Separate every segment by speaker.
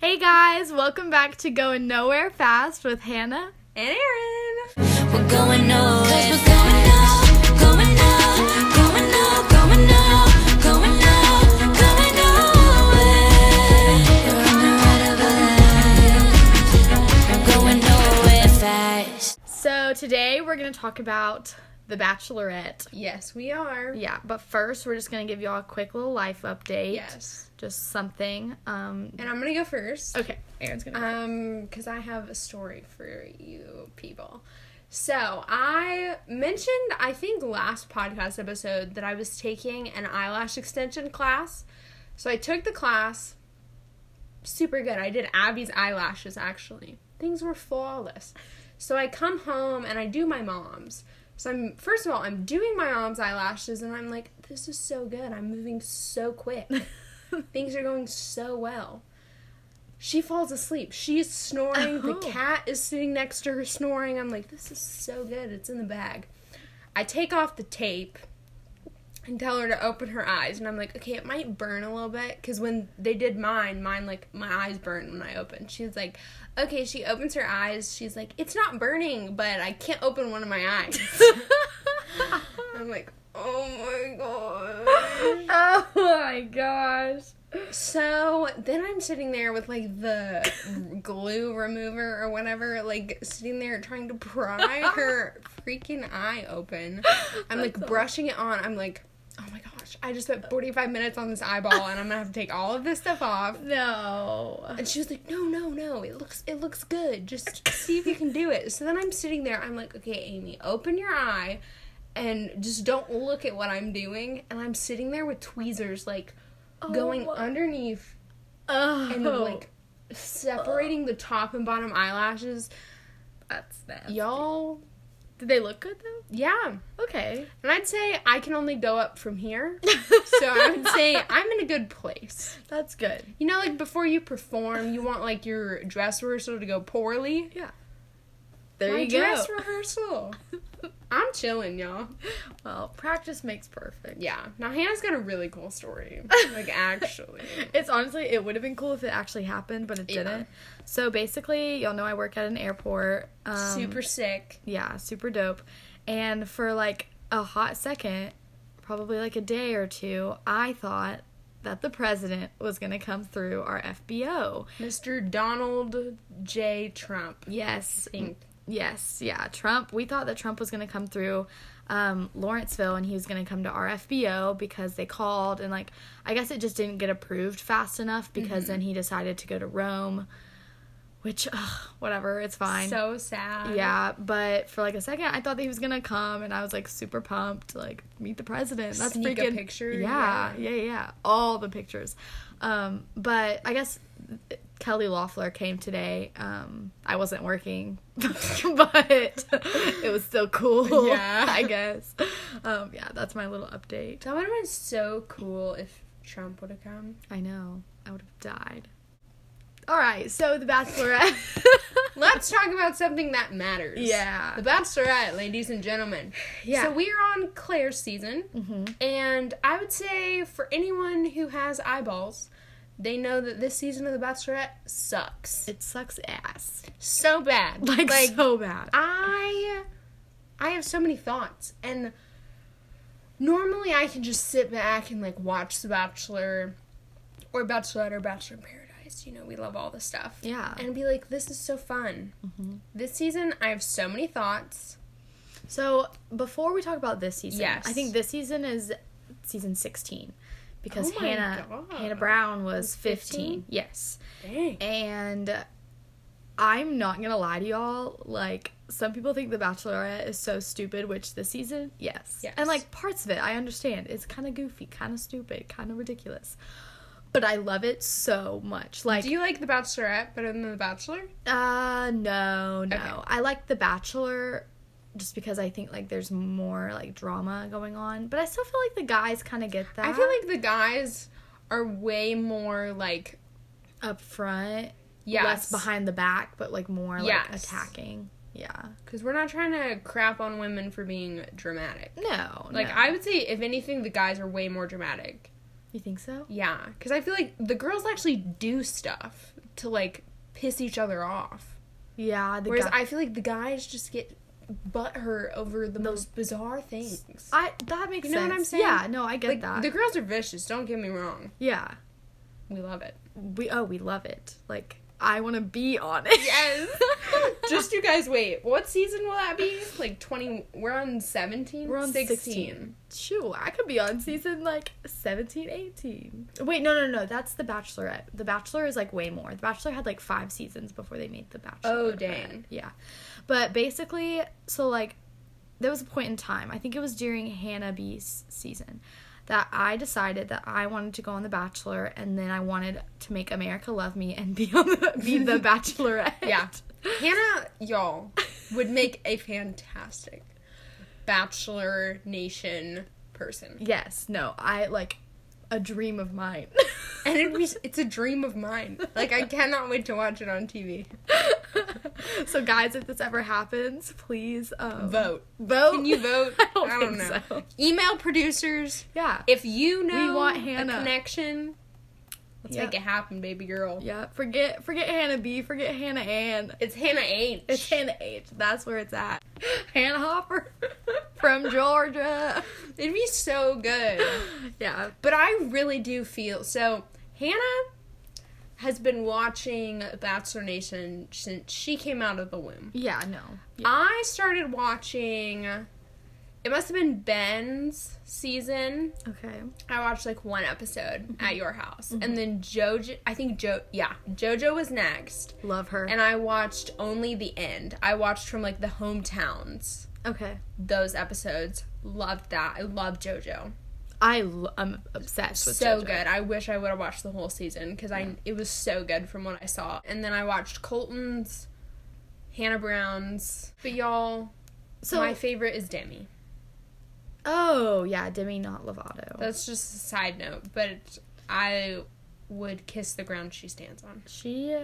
Speaker 1: Hey guys, welcome back to Going Nowhere Fast with Hannah.
Speaker 2: And Aaron.
Speaker 3: We're going nowhere. Cause we're going now, going now, going now, going now, going now, going nowhere. We're on the ride of our life. We're going nowhere fast.
Speaker 1: So today we're going to talk about The Bachelorette.
Speaker 2: Yes, we are.
Speaker 1: Yeah, but first we're just going to give y'all a quick little life update.
Speaker 2: Yes.
Speaker 1: Just something. Um
Speaker 2: And I'm gonna go first.
Speaker 1: okay, Uh, Aaron's going to
Speaker 2: Um, because I have a story for you people. So I mentioned, I think last podcast episode that I was taking an eyelash extension class. So I took the class. Super good. I did Abby's eyelashes actually. Things were flawless. So I come home and I do my mom's. So I'm first of all, I'm doing my mom's eyelashes and I'm like, this is so good. I'm moving so quick. Things are going so well. She falls asleep. She's snoring.
Speaker 1: Oh.
Speaker 2: The cat is sitting next to her snoring. I'm like, this is so good. It's in the bag. I take off the tape and tell her to open her eyes. And I'm like, okay, it might burn a little bit. Because when they did mine, mine, like, my eyes burned when I opened. She was like, okay, she opens her eyes. She's like, it's not burning, but I can't open one of my eyes. I'm like, oh my god.
Speaker 1: Oh my gosh.
Speaker 2: So then I'm sitting there with like the glue remover or whatever, like sitting there trying to pry her freaking eye open. I'm like brushing it on. I'm like, oh my gosh, I just spent 45 minutes on this eyeball and I'm gonna have to take all of this stuff off.
Speaker 1: No.
Speaker 2: And she was like, no, no, no, it looks it looks good. Just see if you can do it. So then I'm sitting there, I'm like, okay, Amy, open your eye and just don't look at what I'm doing. And I'm sitting there with tweezers like going
Speaker 1: Oh.
Speaker 2: underneath
Speaker 1: Oh.
Speaker 2: and like separating the top and bottom eyelashes.
Speaker 1: that's that.
Speaker 2: Y'all,
Speaker 1: Did they look good though?
Speaker 2: yeah.
Speaker 1: Okay.
Speaker 2: And I'd say I can only go up from here. So I would say I'm in a good place.
Speaker 1: that's good.
Speaker 2: You know, like before you perform, you want like your dress rehearsal to go poorly.
Speaker 1: There
Speaker 2: My
Speaker 1: you
Speaker 2: dress
Speaker 1: go.
Speaker 2: rehearsal. I'm chilling, y'all.
Speaker 1: well, practice makes perfect.
Speaker 2: Yeah. Now Hannah's got a really cool story. Like actually.
Speaker 1: It's honestly, it would have been cool if it actually happened, but it
Speaker 2: Yeah.
Speaker 1: didn't. So basically, y'all know I work at an airport. Um,
Speaker 2: Super sick.
Speaker 1: Yeah, super dope. And for like a hot second, probably like a day or two, I thought that the president was going to come through our FBO.
Speaker 2: Mr. Donald J. Trump.
Speaker 1: Yes.
Speaker 2: Think.
Speaker 1: Yes, yeah. Trump, we thought that Trump was going to come through um, Lawrenceville and he was going to come to RFBO because they called and, like, I guess it just didn't get approved fast enough because then he decided to go to Rome, which, ugh, whatever, it's fine.
Speaker 2: So sad.
Speaker 1: yeah, but for like a second, I thought that he was gonna come, and I was like super pumped, to, like meet the president. That's
Speaker 2: Sneak a
Speaker 1: freaking
Speaker 2: picture,
Speaker 1: Yeah, yeah, yeah, all the pictures. Um, but I guess uh, Kelly Loeffler came today. Um, I wasn't working, but it was still cool.
Speaker 2: Yeah.
Speaker 1: I guess. Um, yeah, that's my little update.
Speaker 2: That would have been so cool if Trump would have come.
Speaker 1: I know I would have died. All right, so the Bachelorette.
Speaker 2: Let's talk about something that matters.
Speaker 1: Yeah.
Speaker 2: The Bachelorette, ladies and gentlemen.
Speaker 1: Yeah.
Speaker 2: So we're on Claire's season, and I would say for anyone who has eyeballs, they know that this season of The Bachelorette sucks.
Speaker 1: it sucks ass,
Speaker 2: so bad.
Speaker 1: like, so bad.
Speaker 2: I I have so many thoughts and normally I can just sit back and like watch The Bachelor or Bachelorette or Bachelor in Paradise. You know, we love all this stuff.
Speaker 1: Yeah. Mm-hmm.
Speaker 2: And be like, this is so fun. This season I have so many thoughts.
Speaker 1: So before we talk about this season,
Speaker 2: Yes.
Speaker 1: I think this season is season sixteen because
Speaker 2: Oh my
Speaker 1: Hannah
Speaker 2: God.
Speaker 1: Hannah Brown was 15.
Speaker 2: 15?
Speaker 1: Yes,
Speaker 2: Dang.
Speaker 1: and I'm not gonna lie to y'all. Like some people think The Bachelorette is so stupid, which this season, yes,
Speaker 2: Yes.
Speaker 1: and like parts of it, I understand. It's kind of goofy, kind of stupid, kind of ridiculous, but I love it so much. Like
Speaker 2: Do you like The Bachelorette better than The Bachelor?
Speaker 1: uh no, no.
Speaker 2: Okay.
Speaker 1: I like The Bachelor just because I think like there's more like drama going on, but I still feel like the guys kind of get that.
Speaker 2: I feel like the guys are way more like
Speaker 1: up front,
Speaker 2: yes.
Speaker 1: less behind the back, but like more like
Speaker 2: Yes.
Speaker 1: attacking. Yeah.
Speaker 2: Because we're not trying to crap on women for being dramatic.
Speaker 1: No.
Speaker 2: Like
Speaker 1: no.
Speaker 2: I would say, if anything, the guys are way more dramatic.
Speaker 1: You think so?
Speaker 2: Yeah, because I feel like the girls actually do stuff. to like piss each other off.
Speaker 1: Yeah, the
Speaker 2: Whereas
Speaker 1: guy-
Speaker 2: I feel like the guys just get butthurt over the, most bizarre things.
Speaker 1: I that makes
Speaker 2: You know
Speaker 1: sense.
Speaker 2: what I'm saying?
Speaker 1: Yeah, no, I get
Speaker 2: like
Speaker 1: that.
Speaker 2: the girls are vicious. Don't get me wrong.
Speaker 1: yeah,
Speaker 2: We love it.
Speaker 1: we oh we love it. Like I want to be on it.
Speaker 2: just you guys wait. What season will that be? Like twenty? We're on seventeen.
Speaker 1: We're on 16. Shoo, I could be on season like 17, 18. Wait, no, no, no. That's The Bachelorette. The Bachelor is like way more. The Bachelor had like five seasons before they made The Bachelor.
Speaker 2: Oh, dang.
Speaker 1: Yeah. But basically, so like, there was a point in time, I think it was during Hannah B's season, that I decided that I wanted to go on The Bachelor and then I wanted to make America love me and be on the, be the Bachelorette.
Speaker 2: Yeah. Hannah, y'all would make a fantastic Bachelor Nation person,
Speaker 1: Yes, no, I like a dream of mine.
Speaker 2: and it was, it's a dream of mine. Like I cannot wait to watch it on TV.
Speaker 1: so guys, if this ever happens, please um,
Speaker 2: Vote.
Speaker 1: Vote.
Speaker 2: Can you vote?
Speaker 1: I don't, think
Speaker 2: know.
Speaker 1: so.
Speaker 2: Email producers
Speaker 1: Yeah.
Speaker 2: if you know
Speaker 1: want
Speaker 2: a
Speaker 1: Hannah.
Speaker 2: connection. Let's
Speaker 1: Yeah.
Speaker 2: make it happen, baby girl.
Speaker 1: yeah. Forget forget Hannah B. Forget Hannah Ann.
Speaker 2: It's Hannah H.
Speaker 1: It's Hannah H. That's where it's at. Hannah Hopper from Georgia.
Speaker 2: It'd be so good.
Speaker 1: Yeah.
Speaker 2: But I really do feel so. Hannah has been watching Bachelor Nation since she came out of the womb.
Speaker 1: Yeah. No. Yeah.
Speaker 2: I started watching. It must have been Ben's season.
Speaker 1: okay.
Speaker 2: I watched like one episode
Speaker 1: Mm-hmm.
Speaker 2: at your house, and then JoJo. I think Jo. Yeah, JoJo was next,
Speaker 1: Love her.
Speaker 2: and I watched only the end. I watched from like the hometowns
Speaker 1: okay.
Speaker 2: those episodes. Loved that. I love JoJo.
Speaker 1: I l- I'm obsessed with
Speaker 2: so
Speaker 1: JoJo.
Speaker 2: good. I wish I would have watched the whole season because I it was so good from what I saw. And then I watched Colton's, Hannah Brown's. But y'all,
Speaker 1: So
Speaker 2: my favorite is Demi.
Speaker 1: oh yeah, Demi not Lovato.
Speaker 2: That's just a side note, but it's- I would kiss the ground she stands on.
Speaker 1: she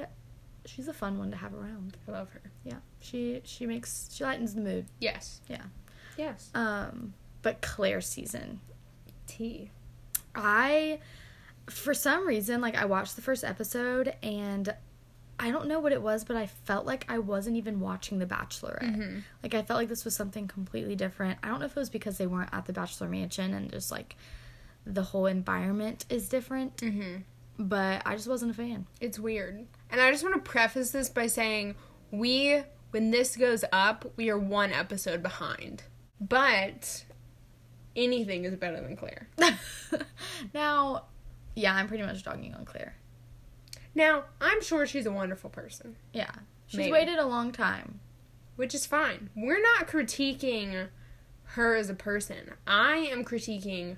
Speaker 1: she's a fun one to have around.
Speaker 2: I love her.
Speaker 1: Yeah. She she makes she lightens the mood.
Speaker 2: Yes.
Speaker 1: Yeah.
Speaker 2: Yes.
Speaker 1: Um, but Claire season,
Speaker 2: T.
Speaker 1: I, for some reason, like I watched the first episode and I don't know what it was, but I felt like I wasn't even watching The Bachelorette. Like I felt like this was something completely different. I don't know if it was because they weren't at the Bachelor Mansion and just like the whole environment is different. Mm-hmm. But I just wasn't a fan.
Speaker 2: It's weird. And I just want to preface this by saying we when this goes up, we are one episode behind. But anything is better than Claire.
Speaker 1: now, yeah, I'm pretty much dogging on Claire.
Speaker 2: Now, I'm sure she's a wonderful person,
Speaker 1: Yeah, she's
Speaker 2: Maybe.
Speaker 1: waited a long time.
Speaker 2: which is fine. We're not critiquing her as a person. I am critiquing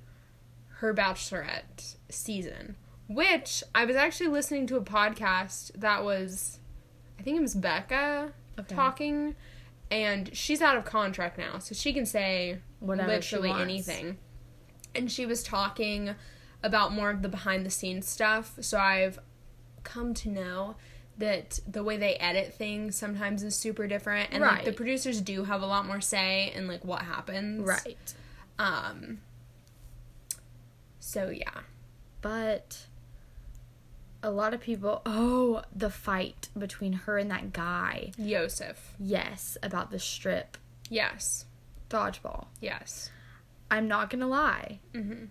Speaker 2: her bachelorette season, which I was actually listening to a podcast that was, I think it was Becca
Speaker 1: Okay.
Speaker 2: talking, and she's out of contract now, so she can say
Speaker 1: Whatever she
Speaker 2: literally
Speaker 1: wants.
Speaker 2: anything. And she was talking about more of the behind the scenes stuff, so I've come to know that the way they edit things sometimes is super different and like, the
Speaker 1: Right.
Speaker 2: producers do have a lot more say in like what happens
Speaker 1: Right.
Speaker 2: um so yeah
Speaker 1: but a lot of people oh the fight between her and that guy
Speaker 2: Yosef
Speaker 1: yes about the strip
Speaker 2: yes
Speaker 1: dodgeball
Speaker 2: yes
Speaker 1: i'm not gonna lie
Speaker 2: Mm-hmm.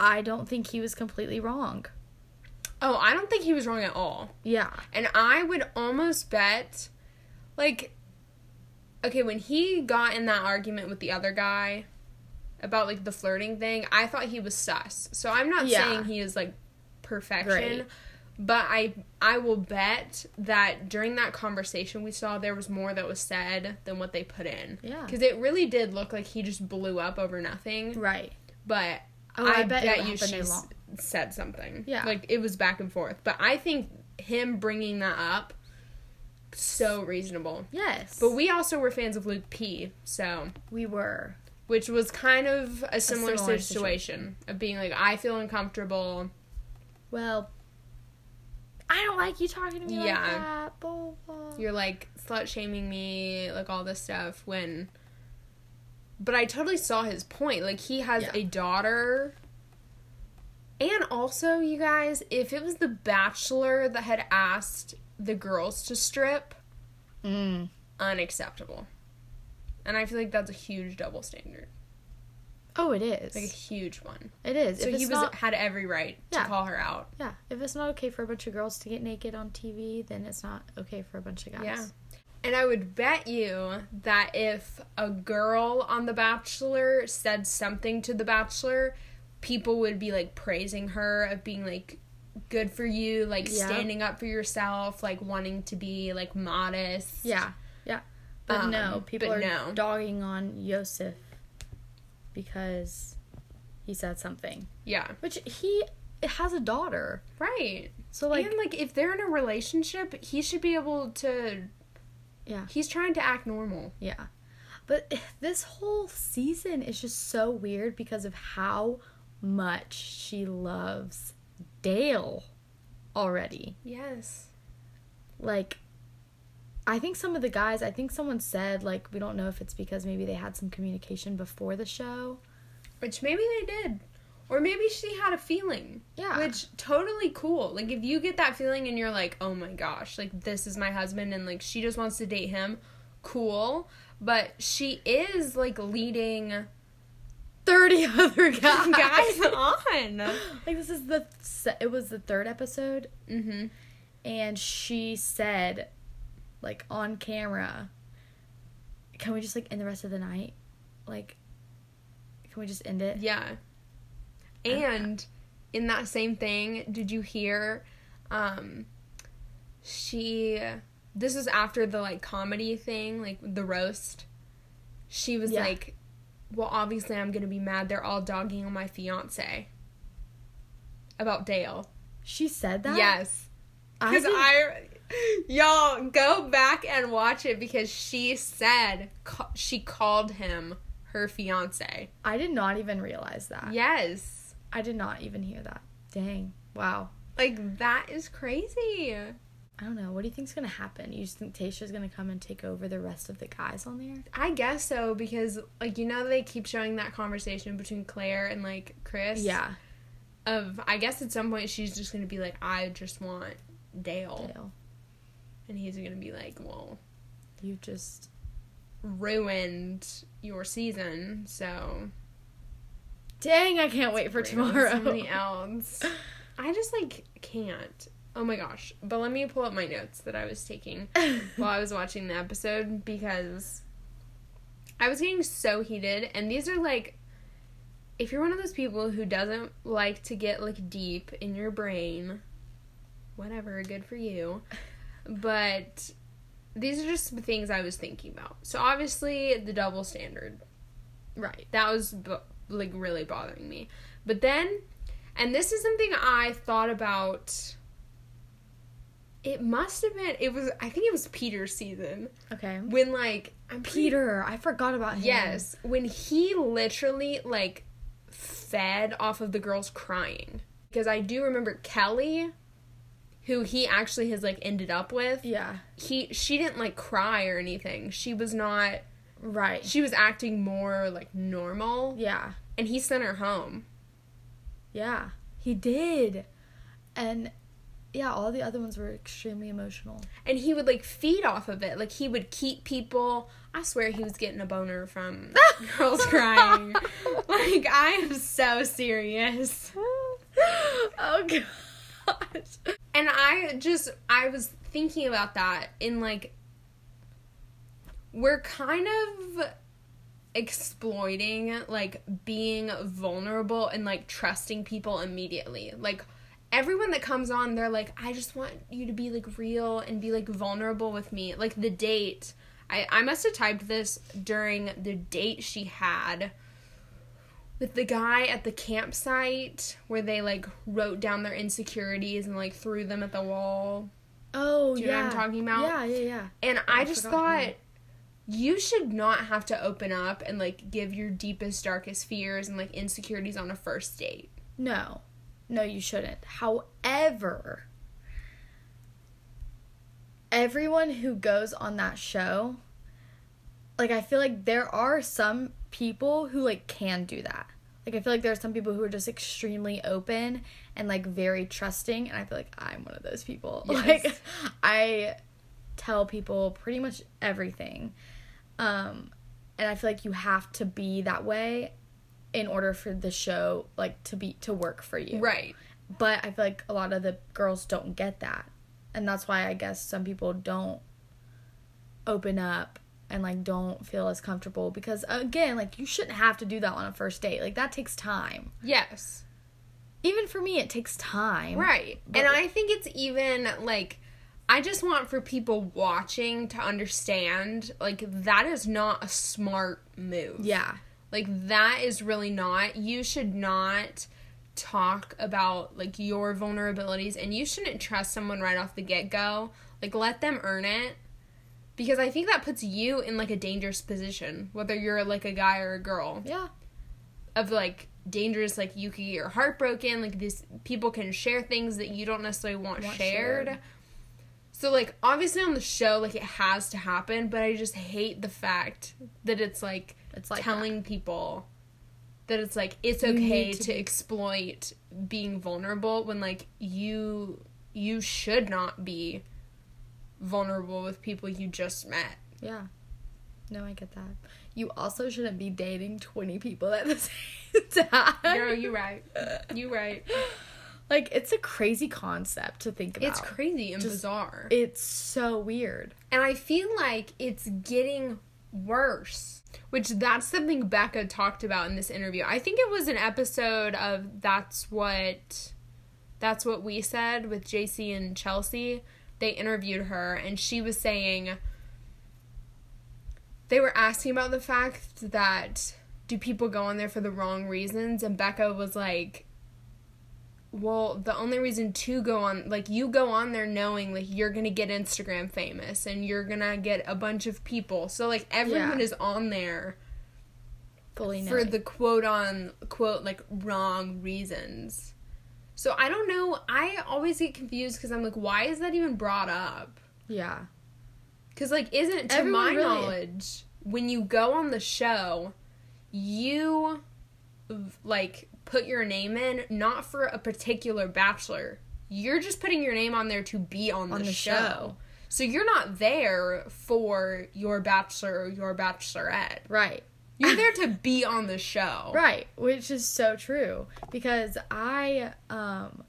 Speaker 1: i don't think he was completely wrong
Speaker 2: oh I don't think he was wrong at all
Speaker 1: yeah
Speaker 2: and I would almost bet like okay when he got in that argument with the other guy about like the flirting thing I thought he was sus so I'm not
Speaker 1: Yeah.
Speaker 2: saying he is like perfection
Speaker 1: Great.
Speaker 2: but I I will bet that during that conversation we saw there was more that was said than what they put in.
Speaker 1: Yeah.
Speaker 2: Cuz it really did look like he just blew up over nothing,
Speaker 1: right
Speaker 2: but
Speaker 1: Oh,
Speaker 2: I,
Speaker 1: I
Speaker 2: bet,
Speaker 1: bet it
Speaker 2: you
Speaker 1: happened
Speaker 2: she
Speaker 1: a
Speaker 2: s-
Speaker 1: lot.
Speaker 2: said something.
Speaker 1: Yeah.
Speaker 2: Like it was back and forth, but I think him bringing that up so reasonable.
Speaker 1: yes
Speaker 2: But we also were fans of Luke P, so
Speaker 1: we were
Speaker 2: which was kind of a similar,
Speaker 1: similar
Speaker 2: situation of being like I feel uncomfortable.
Speaker 1: well i don't like you talking to me like
Speaker 2: Yeah.
Speaker 1: that blah, blah.
Speaker 2: you're like slut shaming me, like all this stuff when but I totally saw his point. Like he has
Speaker 1: Yeah.
Speaker 2: a daughter And also, you guys, if it was The Bachelor that had asked the girls to strip,
Speaker 1: Mm.
Speaker 2: unacceptable. And I feel like that's a huge double standard,
Speaker 1: Oh, it is.
Speaker 2: like a huge one.
Speaker 1: It is.
Speaker 2: So
Speaker 1: if
Speaker 2: he
Speaker 1: it's
Speaker 2: was
Speaker 1: not,
Speaker 2: had every right to
Speaker 1: Yeah.
Speaker 2: call her out.
Speaker 1: yeah. If it's not okay for a bunch of girls to get naked on TV, then it's not okay for a bunch of guys.
Speaker 2: Yeah. And I would bet you that if a girl on The Bachelor said something to The Bachelor, people would be like praising her of being like good for you, like
Speaker 1: Yeah.
Speaker 2: standing up for yourself, like wanting to be like modest.
Speaker 1: Yeah. Yeah. But
Speaker 2: Um,
Speaker 1: no,
Speaker 2: but
Speaker 1: people are
Speaker 2: no.
Speaker 1: dogging on Yosef because he said something.
Speaker 2: Yeah.
Speaker 1: Which he has a daughter.
Speaker 2: Right.
Speaker 1: So like
Speaker 2: and like if they're in a relationship, he should be able to
Speaker 1: Yeah.
Speaker 2: He's trying to act normal.
Speaker 1: Yeah. But this whole season is just so weird because of how much she loves Dale already.
Speaker 2: Yes.
Speaker 1: Like I think some of the guys, I think someone said like we don't know if it's because maybe they had some communication before the show.
Speaker 2: Which maybe they did. Or maybe she had a feeling.
Speaker 1: Yeah.
Speaker 2: Which totally cool. Like if you get that feeling and you're like, "Oh my gosh, like this is my husband and like she just wants to date him." Cool. But she is like leading
Speaker 1: 30 other guys.
Speaker 2: guys on.
Speaker 1: Like this is the se- it was the third episode
Speaker 2: Mhm.
Speaker 1: and she said like on camera can we just like end the rest of the night like can we just end it
Speaker 2: Yeah. And in that same thing, did you hear um she this is after the like comedy thing, like the roast. She was
Speaker 1: Yeah.
Speaker 2: like, "Well, obviously I'm going to be mad. They're all dogging on my fiance." About Dale.
Speaker 1: she said that
Speaker 2: yes.
Speaker 1: I
Speaker 2: Cuz
Speaker 1: didn't-
Speaker 2: I y'all go back and watch it because she said ca- she called him her fiance.
Speaker 1: I did not even realize that
Speaker 2: Yes.
Speaker 1: i did not even hear that dang wow
Speaker 2: Like that is crazy.
Speaker 1: i don't know what do you think's gonna happen you just think tasha's gonna come and take over the rest of the guys on there
Speaker 2: I guess so because like you know they keep showing that conversation between Claire and like Chris.
Speaker 1: yeah
Speaker 2: Of I guess at some point she's just gonna be like, I just want Dale,
Speaker 1: Dale,
Speaker 2: and he's gonna be like, well,
Speaker 1: you just
Speaker 2: ruined your season, so
Speaker 1: dang i can't wait for
Speaker 2: bring on
Speaker 1: tomorrow
Speaker 2: somebody else. I just like can't. Oh my gosh! But let me pull up my notes that I was taking while I was watching the episode because I was getting so heated. And these are like, if you're one of those people who doesn't like to get like deep in your brain, whatever, good for you. But these are just the things I was thinking about. So obviously, the double standard.
Speaker 1: right
Speaker 2: That was bo- like really bothering me. But then, and this is something I thought about. It must have been. It was. I think it was Peter's season
Speaker 1: okay
Speaker 2: when like I'm pretty-
Speaker 1: Peter, I forgot about him.
Speaker 2: Yes, when he literally like fed off of the girls crying because I do remember Kelly, who he actually has like ended up with.
Speaker 1: Yeah.
Speaker 2: He she didn't like cry or anything. She was not.
Speaker 1: Right.
Speaker 2: She was acting more like normal.
Speaker 1: yeah.
Speaker 2: And he sent her home.
Speaker 1: Yeah. He did. And yeah, all the other ones were extremely emotional.
Speaker 2: and he would like feed off of it. Like he would keep people. I swear he was getting a boner from girls crying. Like I am so serious.
Speaker 1: oh gosh.
Speaker 2: And I just I was thinking about that in like we're kind of exploiting like being vulnerable and like trusting people immediately. Like everyone that comes on they're like I just want you to be like real and be like vulnerable with me. Like the date I I must have typed this during the date she had with the guy at the campsite where they like wrote down their insecurities and like threw them at the wall
Speaker 1: Oh
Speaker 2: Do you know
Speaker 1: yeah.
Speaker 2: what I'm talking about?
Speaker 1: Yeah, yeah, yeah.
Speaker 2: and I, just
Speaker 1: forgot
Speaker 2: thought
Speaker 1: who.
Speaker 2: you should not have to open up and like give your deepest, darkest fears and like insecurities on a first date.
Speaker 1: No. No, you shouldn't. However, everyone who goes on that show, like I feel like there are some people who like can do that. Like I feel like there are some people who are just extremely open and like very trusting, and I feel like I'm one of those people. Like I tell people pretty much everything. Um and I feel like you have to be that way in order for the show like to be to work for you.
Speaker 2: Right.
Speaker 1: But I feel like a lot of the girls don't get that. And that's why I guess some people don't open up and like don't feel as comfortable because again, like you shouldn't have to do that on a first date. Like that takes time.
Speaker 2: Yes.
Speaker 1: Even for me it takes time.
Speaker 2: Right. and I think it's even like I just want for people watching to understand like that is not a smart move.
Speaker 1: Yeah.
Speaker 2: Like that is really not. You should not talk about like your vulnerabilities and you shouldn't trust someone right off the get-go. Like let them earn it. Because I think that puts you in like a dangerous position, whether you're like a guy or a girl
Speaker 1: Yeah.
Speaker 2: of like dangerous like you could get your heart broken like these people can share things that you don't necessarily want,
Speaker 1: Want
Speaker 2: shared.
Speaker 1: shared.
Speaker 2: so like obviously on the show like it has to happen but i just hate the fact that it's like
Speaker 1: It's like
Speaker 2: telling people that it's like it's
Speaker 1: You need
Speaker 2: okay
Speaker 1: to
Speaker 2: to,
Speaker 1: be-
Speaker 2: exploit being vulnerable when like you you should not be vulnerable with people you just met
Speaker 1: that. Yeah. No, I get that. You also shouldn't be dating 20 people at the same time.
Speaker 2: Girl, you right you right
Speaker 1: Like it's a crazy concept to think about.
Speaker 2: it's crazy and
Speaker 1: Just-
Speaker 2: bizarre
Speaker 1: It's so weird.
Speaker 2: And I feel like it's getting worse, which that's something Becca talked about in this interview. I think it was an episode of That's What That's What We Said with JC and Chelsea. They interviewed her and she was saying they were asking about the fact that do people go on there for the wrong reasons and Becca was like well, the only reason to go on, like, you go on there knowing, like, you're gonna get Instagram famous and you're gonna get a bunch of people. So, like, everyone
Speaker 1: Yeah.
Speaker 2: is on there
Speaker 1: Fully
Speaker 2: for
Speaker 1: knowing.
Speaker 2: the quote on quote, like, wrong reasons. So, I don't know. I always get confused because I'm like, why is that even brought up?
Speaker 1: yeah.
Speaker 2: Because, like, isn't, to
Speaker 1: Everyone
Speaker 2: my
Speaker 1: really-
Speaker 2: knowledge, when you go on the show, you, like, put your name in not for a particular bachelor. You're just putting your name on there to be on,
Speaker 1: On
Speaker 2: the,
Speaker 1: the
Speaker 2: show.
Speaker 1: show.
Speaker 2: So you're not there for your bachelor or your bachelorette.
Speaker 1: Right.
Speaker 2: You're there to be on the show.
Speaker 1: Right, which is so true because I um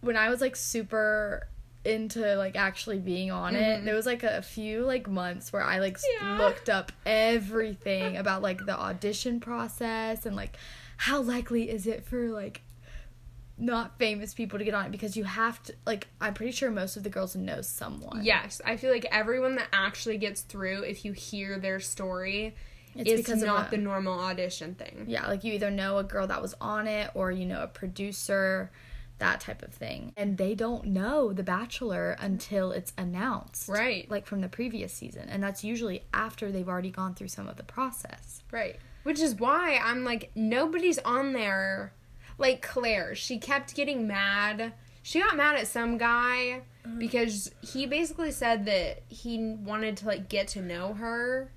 Speaker 1: when I was like super into like actually being on it, there was like a few like months where I like s-
Speaker 2: Yeah.
Speaker 1: looked up everything about like the audition process and like how likely is it for like not famous people to get on it because you have to like I'm pretty sure most of the girls know someone.
Speaker 2: Yes, I feel like everyone that actually gets through, if you hear their story,
Speaker 1: It's
Speaker 2: it's,
Speaker 1: because of
Speaker 2: not
Speaker 1: the-
Speaker 2: the normal audition thing.
Speaker 1: Yeah, like you either know a girl that was on it or you know a producer, that type of thing. And they don't know The Bachelor until it's announced.
Speaker 2: Right.
Speaker 1: Like from the previous season. And that's usually after they've already gone through some of the process.
Speaker 2: Right. Which is why I'm like, nobody's on there. Like Claire, she kept getting mad. She got mad at some guy
Speaker 1: Uh-huh.
Speaker 2: because he basically said that he wanted to like get to know her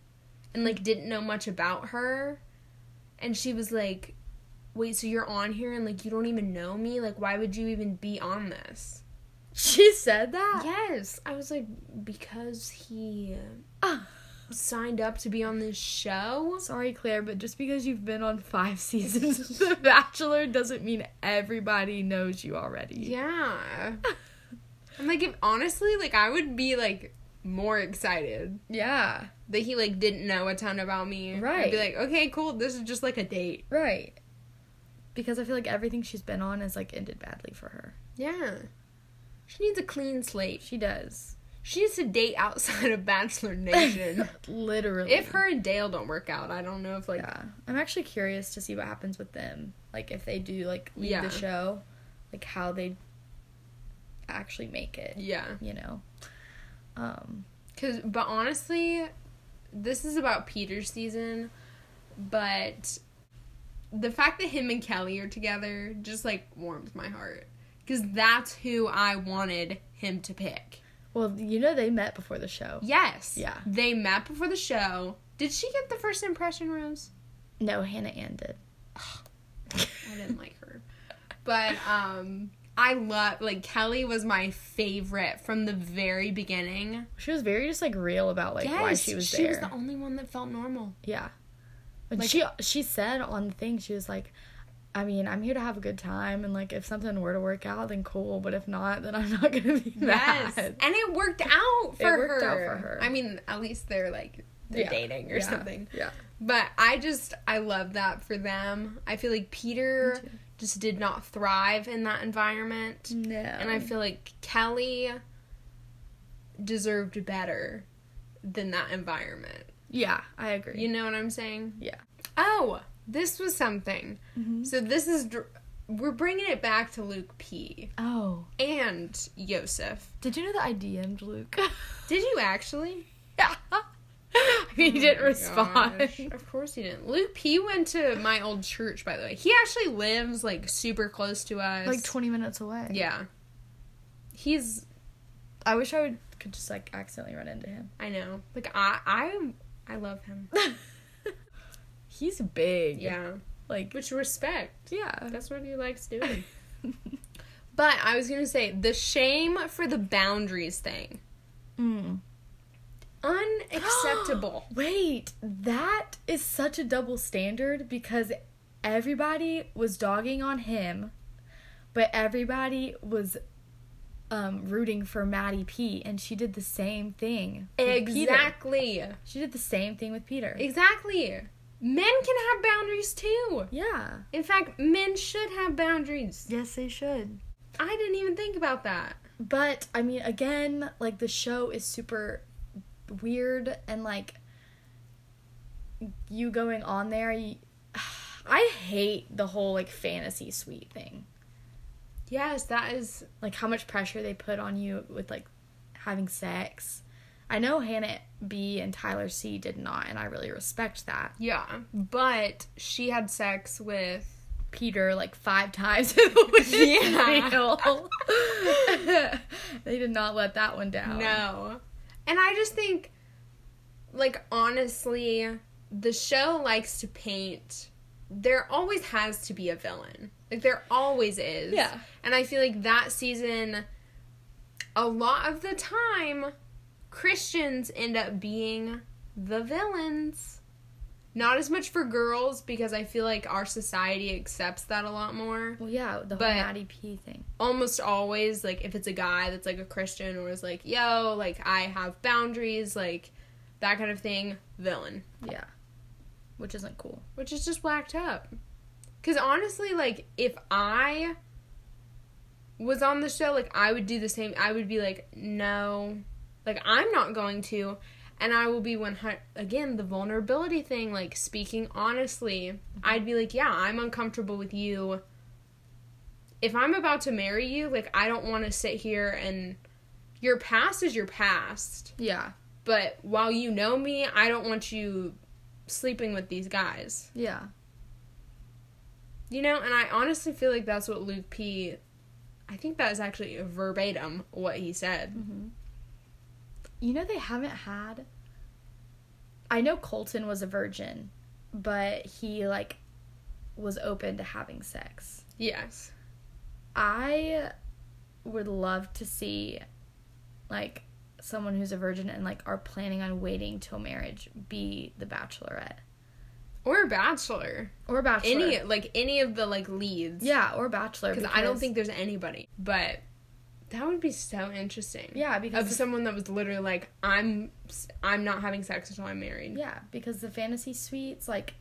Speaker 2: and like didn't know much about her. And she was like, Wait, so you're on here and like you don't even know me? Like, why would you even be on this?
Speaker 1: She said that?
Speaker 2: Yes. I was like, Because he signed up to be on this show?
Speaker 1: Sorry, Claire, but just because you've been on five seasons of The Bachelor doesn't mean everybody knows you already.
Speaker 2: Yeah. I'm like, if honestly, like, I would be like more excited
Speaker 1: Yeah.
Speaker 2: that he like didn't know a ton about me. I'd
Speaker 1: Right.
Speaker 2: be like, okay, cool. This is just like a date.
Speaker 1: Right. Because I feel like everything she's been on has like ended badly for her.
Speaker 2: Yeah. She needs a clean slate.
Speaker 1: She does.
Speaker 2: She needs to date outside of Bachelor Nation.
Speaker 1: Literally.
Speaker 2: if her and Dale don't work out, I don't know if like
Speaker 1: Yeah, I'm actually curious to see what happens with them. Like if they do like leave
Speaker 2: Yeah.
Speaker 1: the show, like how they actually make it.
Speaker 2: yeah.
Speaker 1: You know. Um.
Speaker 2: Cause, but honestly, this is about Peter's season, but the fact that him and Kelly are together just like warms my heart. Cause that's who I wanted him to pick.
Speaker 1: Well, you know they met before the show.
Speaker 2: Yes.
Speaker 1: Yeah.
Speaker 2: They met before the show. Did she get the first impression rose?
Speaker 1: No, Hannah Ann did.
Speaker 2: I didn't like her. But um I love like Kelly was my favorite from the very beginning.
Speaker 1: She was very just like real about like why she was there.
Speaker 2: the only one that felt normal.
Speaker 1: yeah. But she she said on the thing she was like, I mean I'm here to have a good time and like if something were to work out then cool but if not then I'm not gonna be mad.
Speaker 2: Yes. And it worked out for
Speaker 1: worked
Speaker 2: her.
Speaker 1: out for her.
Speaker 2: I mean, at least they're like they're
Speaker 1: Yeah.
Speaker 2: dating or
Speaker 1: Yeah.
Speaker 2: something.
Speaker 1: Yeah.
Speaker 2: But I just I love that for them. I feel like Peter just did not thrive in that environment.
Speaker 1: No.
Speaker 2: And I feel like Kelly deserved better than that environment.
Speaker 1: yeah I agree.
Speaker 2: You know what I'm saying?
Speaker 1: yeah. Mm-hmm.
Speaker 2: Oh, this was something. So this is dr- we're bringing it back to Luke P
Speaker 1: Oh,
Speaker 2: and Yosef.
Speaker 1: did you know that I DM'd Luke?
Speaker 2: Did you actually?
Speaker 1: yeah. he didn't respond.
Speaker 2: Oh Gosh, Of course he didn't. Luke P went to my old church, by the way. He actually lives like super close to us.
Speaker 1: Like 20 minutes away.
Speaker 2: Yeah. He's
Speaker 1: I wish I would could just like accidentally run into him.
Speaker 2: I know. Like I I I love him.
Speaker 1: He's big.
Speaker 2: Yeah.
Speaker 1: Like
Speaker 2: Which respect.
Speaker 1: yeah.
Speaker 2: That's what he likes doing. but I was gonna say the shame for the boundaries thing.
Speaker 1: Mm.
Speaker 2: Unacceptable.
Speaker 1: Wait, that is such a double standard because everybody was dogging on him, but everybody was um rooting for Maddie P and she did the same thing. with Peter.
Speaker 2: exactly.
Speaker 1: She did the same thing with Peter.
Speaker 2: Exactly. Men can have boundaries too.
Speaker 1: yeah.
Speaker 2: In fact, men should have boundaries.
Speaker 1: Yes, they should.
Speaker 2: I didn't even think about that.
Speaker 1: But I mean, again, like the show is super weird and like you going on there. You, I hate the whole like fantasy suite thing.
Speaker 2: Yes, that is.
Speaker 1: Like how much pressure they put on you with like having sex. I know Hannah B and Tyler C did not, and I really respect that.
Speaker 2: Yeah. But she had sex with.
Speaker 1: Peter like five times in the
Speaker 2: Yeah.
Speaker 1: Windmill. they did not let that one down.
Speaker 2: No. And I just think, like, honestly, the show likes to paint. There always has to be a villain. Like, there always is.
Speaker 1: Yeah.
Speaker 2: And I feel like that season, a lot of the time, Christians end up being the villains. Not as much for girls because I feel like our society accepts that a lot more
Speaker 1: Well, yeah, the
Speaker 2: But-
Speaker 1: whole Maddie P thing.
Speaker 2: almost always like if it's a guy that's like a christian or is like yo like i have boundaries like that kind of thing villain
Speaker 1: Yeah. Which isn't cool.
Speaker 2: which is just whacked up because honestly like if i was on the show like i would do the same i would be like no like i'm not going to and i will be one hundred again the vulnerability thing like speaking honestly i'd be like yeah i'm uncomfortable with you if i'm about to marry you like i don't want to sit here and your past is your past
Speaker 1: Yeah.
Speaker 2: but while you know me i don't want you sleeping with these guys
Speaker 1: Yeah.
Speaker 2: You know, and I honestly feel like that's what Luke P. I think that is actually verbatim what he said.
Speaker 1: Mm-hmm. You know they haven't had I know Colton was a virgin, but he like was open to having sex.
Speaker 2: Yes.
Speaker 1: I would love to see like someone who's a virgin and like are planning on waiting till marriage be the bachelorette
Speaker 2: Or a bachelor.
Speaker 1: or bachelor.
Speaker 2: Any like any of the like leads.
Speaker 1: yeah, or bachelor
Speaker 2: Because I don't
Speaker 1: because-
Speaker 2: think there's anybody. But that would be so interesting.
Speaker 1: yeah,
Speaker 2: Of
Speaker 1: because
Speaker 2: someone that was literally like, I'm I'm not having sex until I'm married.
Speaker 1: Yeah, because the fantasy suites, like,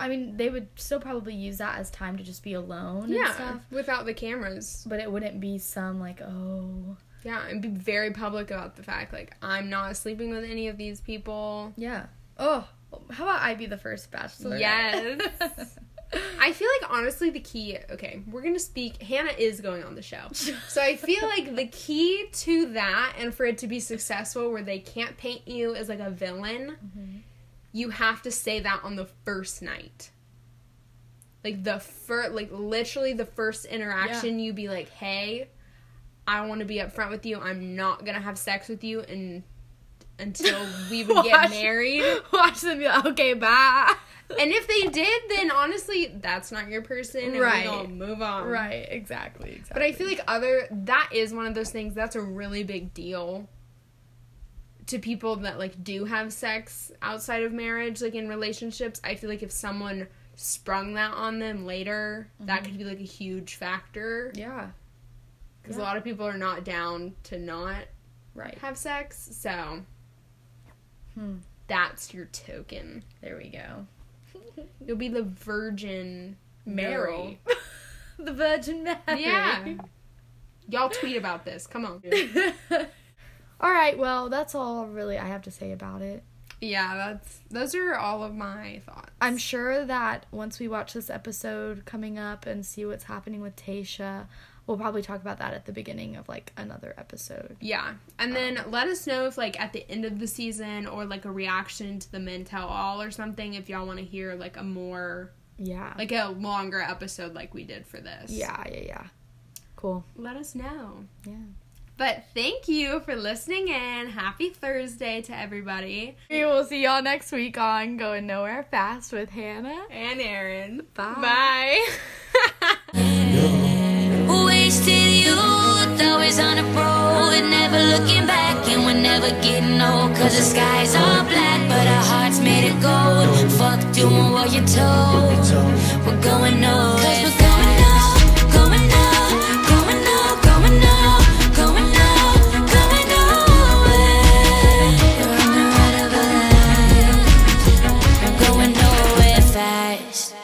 Speaker 1: I mean, they would still probably use that as time to just be alone and
Speaker 2: Yeah.
Speaker 1: stuff.
Speaker 2: Without the cameras.
Speaker 1: But it wouldn't be some like, oh,
Speaker 2: Yeah. And be very public about the fact like I'm not sleeping with any of these people.
Speaker 1: yeah, oh, how about I be the first bachelor?
Speaker 2: Yes. I feel like honestly the key okay, we're gonna speak Hannah is going on the show. So I feel like the key to that and for it to be successful where they can't paint you as like a villain, you have to say that on the first night. Like the first like literally the first interaction you be like, Hey, I wanna be upfront with you, I'm not gonna have sex with you and until we would get
Speaker 1: Watch-
Speaker 2: married.
Speaker 1: Watch them be like, okay, bye.
Speaker 2: And if they did, then honestly, that's not your person. And
Speaker 1: Right.
Speaker 2: We all move on.
Speaker 1: right, exactly, exactly.
Speaker 2: But I feel like other that is one of those things that's a really big deal to people that like do have sex outside of marriage, like in relationships. I feel like if someone sprung that on them later, that could be like a huge factor
Speaker 1: Mm-hmm. yeah,
Speaker 2: because
Speaker 1: Yeah.
Speaker 2: a lot of people are not down to not
Speaker 1: right.
Speaker 2: have sex. So
Speaker 1: Hmm.
Speaker 2: that's your token.
Speaker 1: There we go.
Speaker 2: You'll be the virgin Mary.
Speaker 1: the Virgin Mary.
Speaker 2: Yeah. Y'all tweet about this. Come on.
Speaker 1: all right, well, that's all really I have to say about it.
Speaker 2: Yeah, that's those are all of my thoughts.
Speaker 1: I'm sure that once we watch this episode coming up and see what's happening with Tasha, we'll probably talk about that at the beginning of like another episode.
Speaker 2: yeah, and then let us know if like at the end of the season or like a reaction to the men tell all or something if y'all want to hear like a more
Speaker 1: Yeah.
Speaker 2: like a longer episode like we did for this.
Speaker 1: yeah, yeah, yeah. Cool.
Speaker 2: let us know.
Speaker 1: Yeah.
Speaker 2: But thank you for listening in. Happy Thursday to everybody
Speaker 1: We will see y'all next week on Going Nowhere Fast with Hannah.
Speaker 2: and Aaron.
Speaker 1: Bye.
Speaker 2: Bye.
Speaker 3: Wasted youth, always on the road, and never looking back, and we're never getting old. Cause the skies are black, but our hearts made of gold. Fuck doing what you're told. We're going nowhere. Cause we're